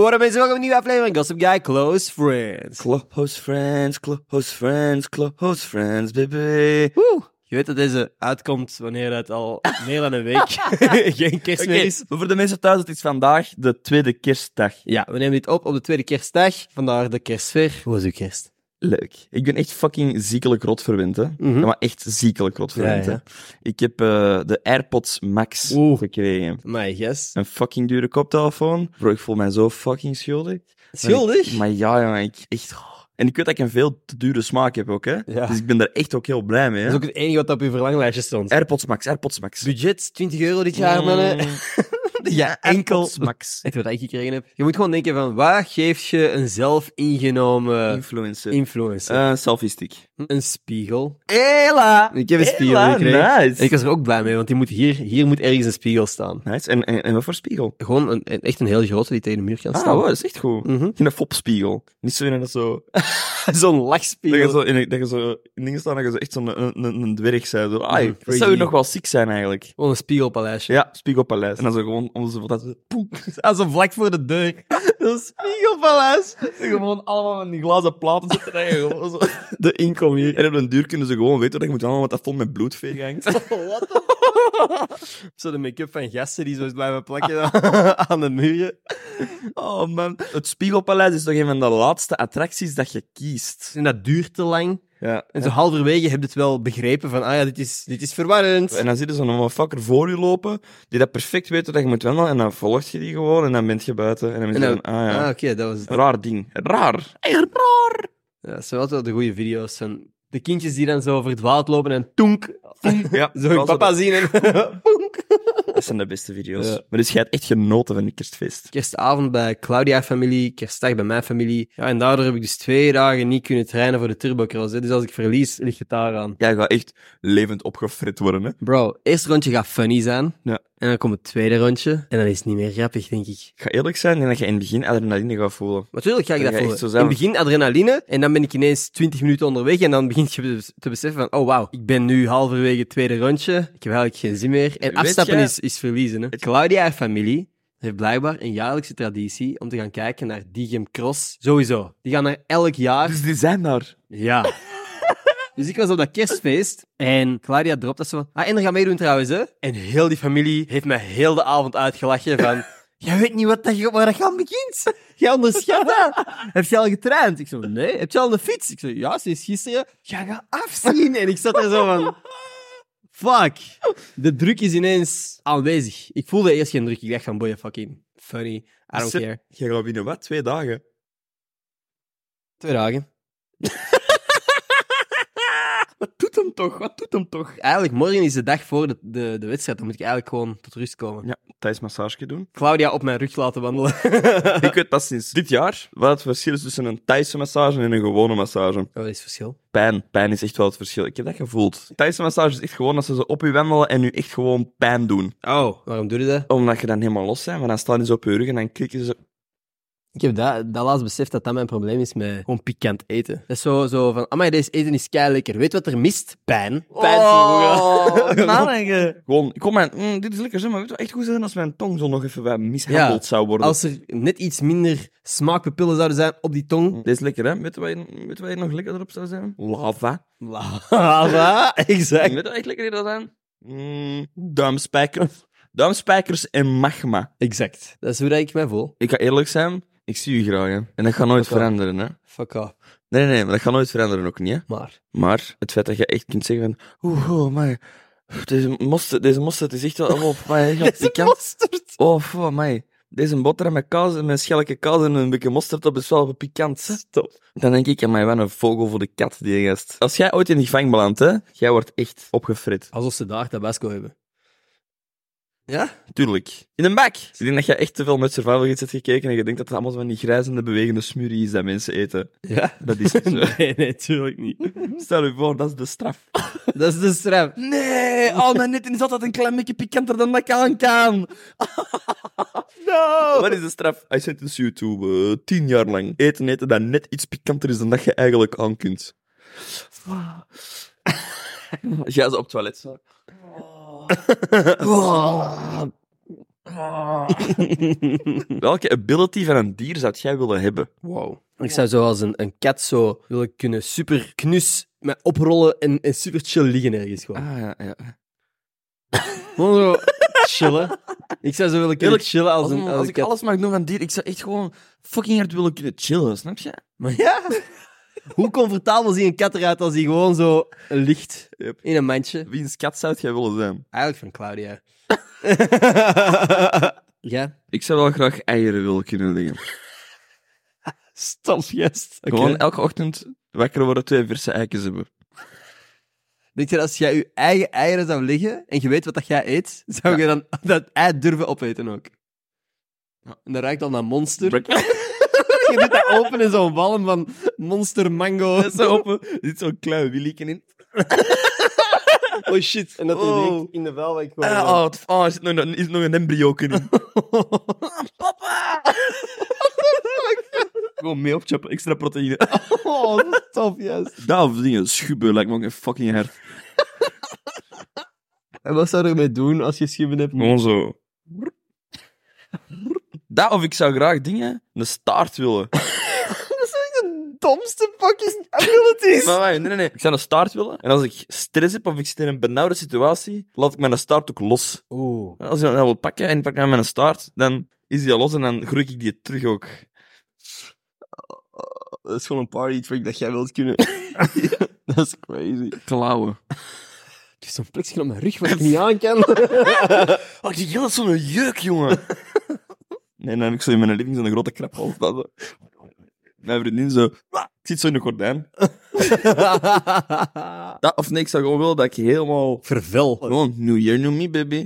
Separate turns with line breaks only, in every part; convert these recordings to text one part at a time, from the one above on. Wat mensen, welkom bij een nieuwe aflevering Gossip Guy Close Friends.
Close friends, close friends, close friends, baby.
Woe. Je weet dat deze uitkomt wanneer het al meer dan een week geen kerst
Oké,
meer is.
maar voor de mensen thuis, het is vandaag de tweede kerstdag.
Ja, we nemen dit op op de tweede kerstdag, vandaar de kerstsfeer. Hoe was uw kerst?
Leuk. Ik ben echt fucking ziekelijk rot verwend, hè.
Mhm.
Ja, maar echt ziekelijk rot verwend,
Ja, ja.
hè. Ik heb eh, de AirPods Max
Oeh.
gekregen.
My yes.
Een fucking dure koptelefoon. Bro, ik voel mij zo fucking schuldig.
Schuldig?
Maar, ik- maar ja, jongen, ik echt... En ik weet dat ik een veel te dure smaak heb ook, hè.
Ja.
Dus ik ben daar echt ook heel blij mee,
Dat
hè.
is ook het enige wat op uw verlanglijstje stond.
AirPods Max, AirPods Max.
Budget 20 euro dit jaar, mannen.
Mm. Ja,
enkel-
AirPods Max.
Weet je wat ik gekregen heb? Je moet gewoon denken van, waar geef je een zelf ingenomen
Influencer.
influencer?
Eh, selfie stick.
een spiegel.
Ela!
Ik heb een
Ela,
spiegel gekregen.
Nice.
En ik was er ook blij mee, want die moet hier, hier moet ergens een spiegel staan.
nice. En, en, en wat voor spiegel?
Gewoon een, een- echt een heel grote die tegen de muur kan
Ah,
staan.
wow, dat is echt goed.
Mhm.
In een fopspiegel. Niet zo in een zo...
Zo'n
Dat je
lachspiegel.
zo, in een, dat je zo in dingen staat dat je zo echt zo'n een, een, een dwerg bent. Zo, ai,
Mhm.
dat zou je nog wel ziek zijn eigenlijk.
Gewoon een spiegelpaleisje.
Ja, spiegelpaleis. En dan zo gewoon om zo... Dat, poep.
Ah, zo vlak voor de deur.
Een spiegelpaleis. En gewoon allemaal van die glazen platen zitten. En je gewoon zo... De inkom hier. En op een duur kunnen ze gewoon weten dat je moet allemaal wat dat vol met bloedveeg hangt.
What the Zo de make-up van gasten die zo blijven plakken aan de muren.
Oh man. Het Spiegelpaleis is toch een van de laatste attracties dat je kiest.
En dat Dus duurt te lang.
Ja.
En zo halverwege heb je het wel begrepen van, ah ja, dit is, dit is verwarrend.
En dan zit er zo'n motherfucker voor je lopen, die dat perfect weet dat je moet wandelen, en dan volgt je die gewoon, en dan bent je buiten. En dan ben
En
je
dan-
van, ah ja,
Ah, oké, dat was het.
raar ding. Raar. Echt raar.
Ja, dat zijn altijd wel de goede video's van de kindjes die dan zo verdwaald lopen en toenk.
Ja,
Zo hun
dat-
papa zien en poenk.
Dat zijn de beste video's.
Ja.
Maar dus jij hebt echt genoten van die kerstfeest.
Kerstavond bij Claudia-familie, kerstdag bij mijn familie. Ja, en daardoor heb ik dus twee dagen niet kunnen trainen voor de turbocross. Hè. Dus als ik verlies, ligt het daaraan.
Jij gaat echt levend opgefrit worden, hè.
Bro, eerste rondje gaat funny zijn.
Ja.
En dan komt het tweede rondje. En dan is het niet meer grappig, denk ik.
Ik ga eerlijk zijn, ik denk dat je in het begin adrenaline gaat voelen.
Maar tuurlijk ga ik
Dan
dat
ga je
voelen.
echt zo
In
zijn.
het begin adrenaline. En dan ben ik ineens 20 minuten onderweg. En dan begint je bes- te beseffen van... Oh, wauw. Ik ben nu halverwege het tweede rondje. Ik heb eigenlijk geen zin meer. En
Weet
afstappen
jij-
is, is verliezen. Hè. Claudia en familie heeft blijkbaar een jaarlijkse traditie... om te gaan kijken naar Diegem Cross. Sowieso. Die gaan er elk jaar...
Dus die zijn daar.
Ja. Dus ik was op dat kerstfeest en Claudia dropt dat zo van... Ah, en er gaan meedoen trouwens, hè. En heel die familie heeft mij heel de avond uitgelachen van... Jij weet niet wat dat, je- waar dat je aan begint. Jij onderschat dat. Heb je al getraind? Ik zo, nee. Heb je al een fiets? Ik zo, ja, sinds gisteren. Jij gaat afzien. En ik zat er zo van... Fuck. De druk is ineens aanwezig. Ik voelde eerst geen druk. Ik dacht van, boy, fucking funny. I don't
Sip.
care.
Jij gaat binnen wat? Twee dagen?
Twee dagen.
Wat doet hem toch? Wat doet hem toch?
Eigenlijk, morgen is de dag voor de, de, de wedstrijd. Dan moet ik eigenlijk gewoon tot rust komen.
Ja, tijdens massage doen.
Claudia op mijn rug laten wandelen.
Ik weet pas sinds dit jaar wat het verschil is tussen een Thaise massage en een gewone massage.
Wat is het verschil?
Pijn. Pijn is echt wel het verschil. Ik heb dat gevoeld. Thaise massage is echt gewoon dat ze zo op je wandelen en nu echt gewoon pijn doen.
Oh. Waarom doe je dat?
Omdat je dan helemaal los bent, want dan staan ze op je rug en dan klikken ze...
Ik heb dat, dat laatst beseft dat dat mijn probleem is met gewoon pikant eten. Dat is zo, zo van, amai, deze eten is kei lekker. Weet wat er mist? Pijn. Pijn voelen.
Gewoon, kom maar, mm, dit is lekker, zeg maar. Weet je wat echt goed zijn als mijn tong zo nog even wat
Ja,
mishandeld zou worden.
Als er net iets minder smaakpapillen zouden zijn op die tong.
Dit is lekker, hè? Weet je wat hier- weet je wat hier nog lekker erop zou zijn? Lava.
Lava,
Weet
exact.
je wat echt lekker hier zou zijn? Mm, duimspijkers. Duimspijkers en magma.
Exact. Dat is hoe dat ik mij voel.
Ik ga eerlijk zijn, ik zie u graag. Hè. En dat gaat nooit
Oké.
veranderen. Hè.
Fuck off.
Nee, nee, nee, maar dat gaat nooit veranderen ook niet. Hè.
Maar.
Maar het feit dat je echt kunt zeggen: van, Oeh, oh, my. Deze mosterd, deze mosterd is echt wel. Oh, my. Ik kan.
mosterd.
Oh, fuck, my. Deze boterham met kaas en met schelke kaas en een beetje mosterd op is wel pikant. hè. Dan denk ik, mij wat een vogel voor de kat, die gast. Als jij ooit in die gang belandt, hè, jij wordt echt opgefrit.
Alsof ze daar tabasco hebben. Ja?
Tuurlijk. In een bak. Ik denk dat je echt te veel met Survival Gids hebt gekeken en je denkt dat het allemaal zo van die grijzende, bewegende smurrie is dat mensen eten.
Ja?
Dat is niet zo.
Nee, nee, tuurlijk niet.
Stel je voor, dat is de straf.
Dat is de straf.
Nee, oh, mijn net is altijd een klein beetje pikanter dan dat ik aan kan.
No!
Wat is de straf? I sentence you to eh, tien jaar lang eten eten dat net iets pikanter is dan dat je eigenlijk aan kunt. Als jij zo op het toilet staat. Welke ability van een dier zou jij willen hebben?
Wow. Ik zou zoals een, een kat zo willen kunnen super knus met oprollen en, en super chill liggen ergens gewoon.
Ah, ja, ja.
Gewoon zo chillen. Ik zou zo willen kunnen
Eerlijk,
chillen als
Oh, Als,
een, als een
ik
kat.
alles mag doen van dier, ik zou echt gewoon fucking hard willen kunnen chillen, snap je?
Maar ja. Hoe comfortabel ziet een kat eruit als hij gewoon zo ligt
Yep.
in een mandje?
Wiens kat zou jij willen zijn?
Eigenlijk van Claudia. ja?
Ik zou wel graag eieren willen kunnen leggen.
Stop, yes.
Gewoon elke ochtend wakker worden, twee verse eikens hebben.
Denk je dat als jij je eigen eieren zou liggen en je weet wat dat jij eet, zou je dan dat ei durven opeten ook?
Ja.
En dat ruikt al naar monster. je doet dat open in zo'n walm van monster mango.
Zo open, er zit zo'n klein wielieken in.
Oh shit. En dat
er direct
in de vuilbak
Ah, oh, het- oh, er zit nog, een- is nog een embryo in.
Papa!
Gewoon mee opchappen, extra proteïne.
Oh, dat is tof, yes.
Daar dingen, schubben lijkt me ook een fucking hard.
En wat zou je ermee doen als je schimmen hebt?
Gewoon zo. Dat of ik zou graag dingen, een staart willen.
Dat zijn de domste fucking abilities.
Maar wacht, nee, nee, nee. Ik zou een staart willen. En als ik stress heb of ik zit in een benauwde situatie, laat ik mijn staart ook los.
Oeh.
Als je dat wil pakken en ik pak mij mijn staart, dan is die al los en dan groei ik die terug ook. Eh,
Dat is gewoon een party trick dat jij wilt kunnen. dat is crazy.
Klauwen.
Ik heb zo'n plekje op mijn rug wat ik niet aan kan.
Oh, die gil is zo'n jeuk, jongen. nee, dan heb ik zo in mijn living zo'n grote krap al staan, zo. Mijn vriendin zo... "Ah, Ik zit zo in de gordijn. Dat, of nee, ik zou gewoon willen dat ik helemaal...
Vervel.
Gewoon, new year, new me, baby.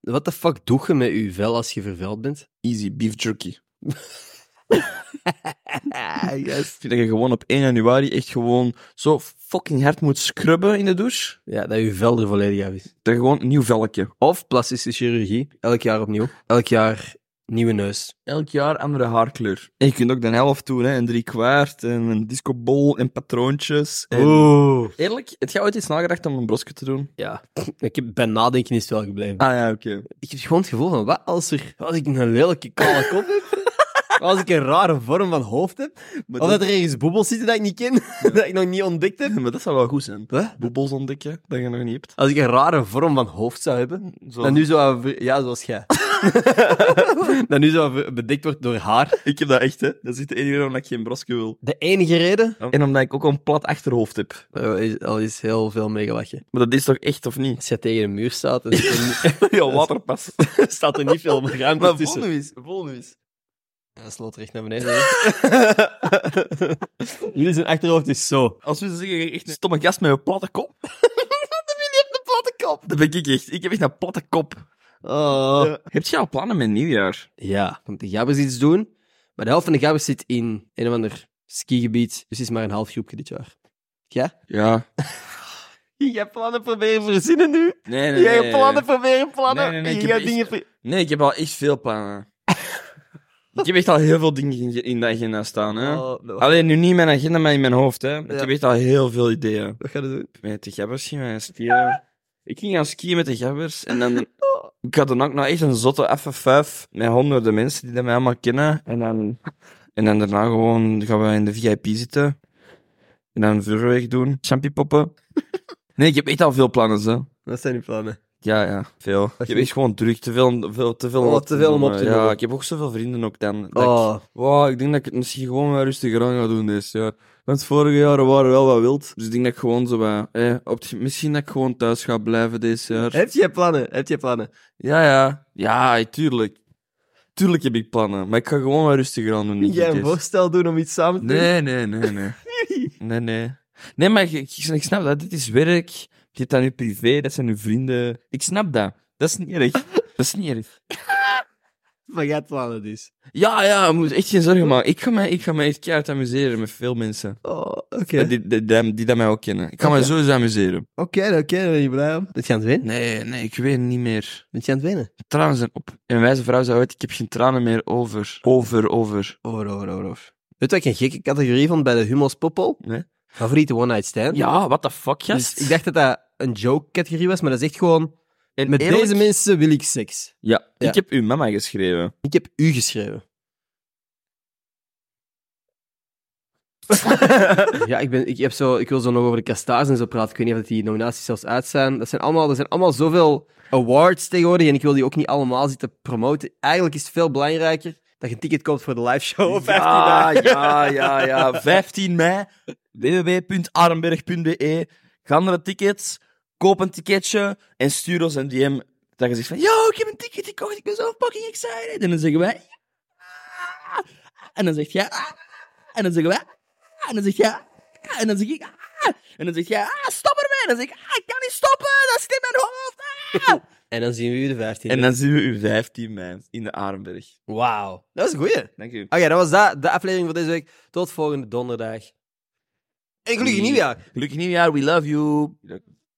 Wat de fuck doe je met je vel als je verveld bent?
Easy, beef jerky.
yes.
Ik vind dat je gewoon op 1 januari echt gewoon zo fucking hard moet scrubben in de douche.
Ja, dat je vel er volledig af is.
Dat je gewoon een nieuw velkje.
Of plastische chirurgie. Elk jaar opnieuw. Elk jaar nieuwe neus.
Elk jaar andere haarkleur. En je kunt ook de helft doen, hè. En drie kwart, en een discobol, en patroontjes. En...
Oeh.
Eerlijk, het gaat ooit iets nagedacht om een brosje te doen?
Ja. Ik heb bij nadenken is het wel gebleven.
Ah ja, oké.
Ik heb gewoon het gevoel van, wat als, er, als ik een lelijke kale kop heb? Wat als ik een rare vorm van hoofd heb?
Maar
Of
dat-
dat er ergens boebels zitten dat ik niet ken, dat ik nog niet ontdekt heb?
Maar dat zou wel goed zijn.
Wat?
Boebels ontdekken, dat je nog niet hebt.
Als ik een rare vorm van hoofd zou hebben,
Zo.
dan nu zo... Ja, zoals jij. dat nu zo bedekt wordt door haar.
Ik heb dat echt, hè. Dat is de enige reden omdat ik geen brosje wil.
De enige reden...
En omdat ik ook een plat achterhoofd heb.
eh, is, al is heel veel meegelachen.
Maar dat is toch echt, of niet?
Als je tegen een muur staat, dan staat er
Ja, waterpas.
niet, staat er niet veel ruimte
maar
tussen.
vol nu eens, vol nu eens.
Ja, dat sloot recht naar beneden. Jullie zijn achterhoofd is zo.
Als we zeggen, echt een stomme gast met een platte kop.
Een platte kop.
Dat ben ik echt. Ik heb echt een platte kop.
Oh.
Ja. Heb jij al plannen met nieuwjaar?
Ja, komt de gabbers iets doen. Maar de helft van de gabbers zit in een of ander skigebied. Dus het is maar een half groepje dit jaar. Ja?
Ja.
Je gaat plannen proberen verzinnen nu.
Nee,
Je gaat plannen proberen plannen.
Nee, nee, nee, ik
je
heb
gaat dingen... ver-
Nee, ik heb al echt veel plannen. ik heb echt al heel veel dingen in- in de agenda staan, hè.
Oh, dat-
Alleen nu niet in mijn agenda, maar in mijn hoofd, hè. Ik
Ja.
heb echt al heel veel ideeën.
Wat gaan we doen?
Met de gabbers ging gaan skiën. Ik ging gaan skiën met de gabbers. En dan...
Oh.
Ik had dan ook nog echt een zotte FF5 met honderden mensen die dat mij allemaal kennen. En dan... En dan daarna gewoon gaan we in de VIP zitten. En dan een vuurwerk doen. Champy poppen. Nee, ik heb echt al veel plannen, zo.
Wat zijn die plannen?
Ja, ja, veel. Ik heb
je-
echt gewoon druk. Te veel, veel, te veel,
Oh,
om
te veel om op te
Ja,
noemen.
ik heb ook zoveel vrienden ook dan. dat ik-
Oh,
Wow, ik denk dat ik het misschien gewoon wel rustiger aan ga doen dit jaar. Want vorige jaren waren wel wat wild. Dus ik denk dat ik gewoon zo wat... Eh, op het- misschien dat ik gewoon thuis ga blijven dit jaar.
heb je plannen? Heb je plannen?
Ja, ja. Ja, tuurlijk. Tuurlijk heb ik plannen. Maar ik ga gewoon wat rustiger aan doen.
Kun
dit
jij
keer.
een voorstel doen om iets samen te doen?
Nee, nee, nee, nee. nee, nee. Nee, maar ik, ik- ik snap dat. Dit is werk. Je hebt dan je privé, dat zijn je vrienden. Ik snap dat. Dat is niet erg. Dat is niet erg.
Maar jij dus. het aan het is.
Ja, ja, je moet echt geen zorgen maken. Ik ga mij, ik ga mij echt keihard amuseren met veel mensen.
Oh, oké.
Eh, Die, die, die, die dat mij ook kennen. Ik ga mij
Oké.
sowieso amuseren.
Oké, oké, daar ben je blij om. Ben je aan het winnen?
Nee, nee, ik weet niet meer.
Ben je aan het winnen?
Tranen zijn op. En wijze vrouw zei ooit, ik heb geen tranen meer over. Over, over.
Over, over, over, over. Weet je wat ik een gekke categorie vond bij de Humo's Poppel?
Nee.
Favoriete One Night Stand.
Ja, what the fuck,
Dus
gast.
ik dacht dat dat een joke-categorie was, maar dat is echt gewoon...
En
Met
eerlijk-
deze mensen wil ik seks.
Ja,
Ja.
ik heb uw mama geschreven.
Ik heb u geschreven. ja, ik, ben, ik, heb zo, ik wil zo nog over de kastaars en zo praten. Ik weet niet of die nominaties zelfs uit zijn. Dat zijn allemaal, er zijn allemaal zoveel awards tegenwoordig en ik wil die ook niet allemaal zitten promoten. Eigenlijk is het veel belangrijker dat je een ticket koopt voor de live show op 15
ja,
dagen.
ja, ja, ja. 15 mei. www.armberg.be. Ga naar de tickets. Koop een ticketje. En stuur ons een DM. Dat je zegt van, yo, ik heb een ticket gekocht. Ik ben zo fucking excited. En dan zeggen wij... "Ja." En dan zegt jij... "Ah." En dan zeggen wij... "Ah." En dan zeg jij... "Ah." En dan zeg ik... "Ah." En dan zeg jij... "Ah, Stop ermee. En dan zeg ik... "Ah, Ik kan niet stoppen. Dat zit in mijn hoofd. Ah."
En dan zien we u de 15
En dan zien we u 15 mei in de Armberg.
Wauw. Dat was een goeie. Oké,
Dank u.
dat was dat, de aflevering van deze week.
Mm.
Tot volgende donderdag. En gelukkig nieuwjaar.
Gelukkig nieuwjaar, we love you.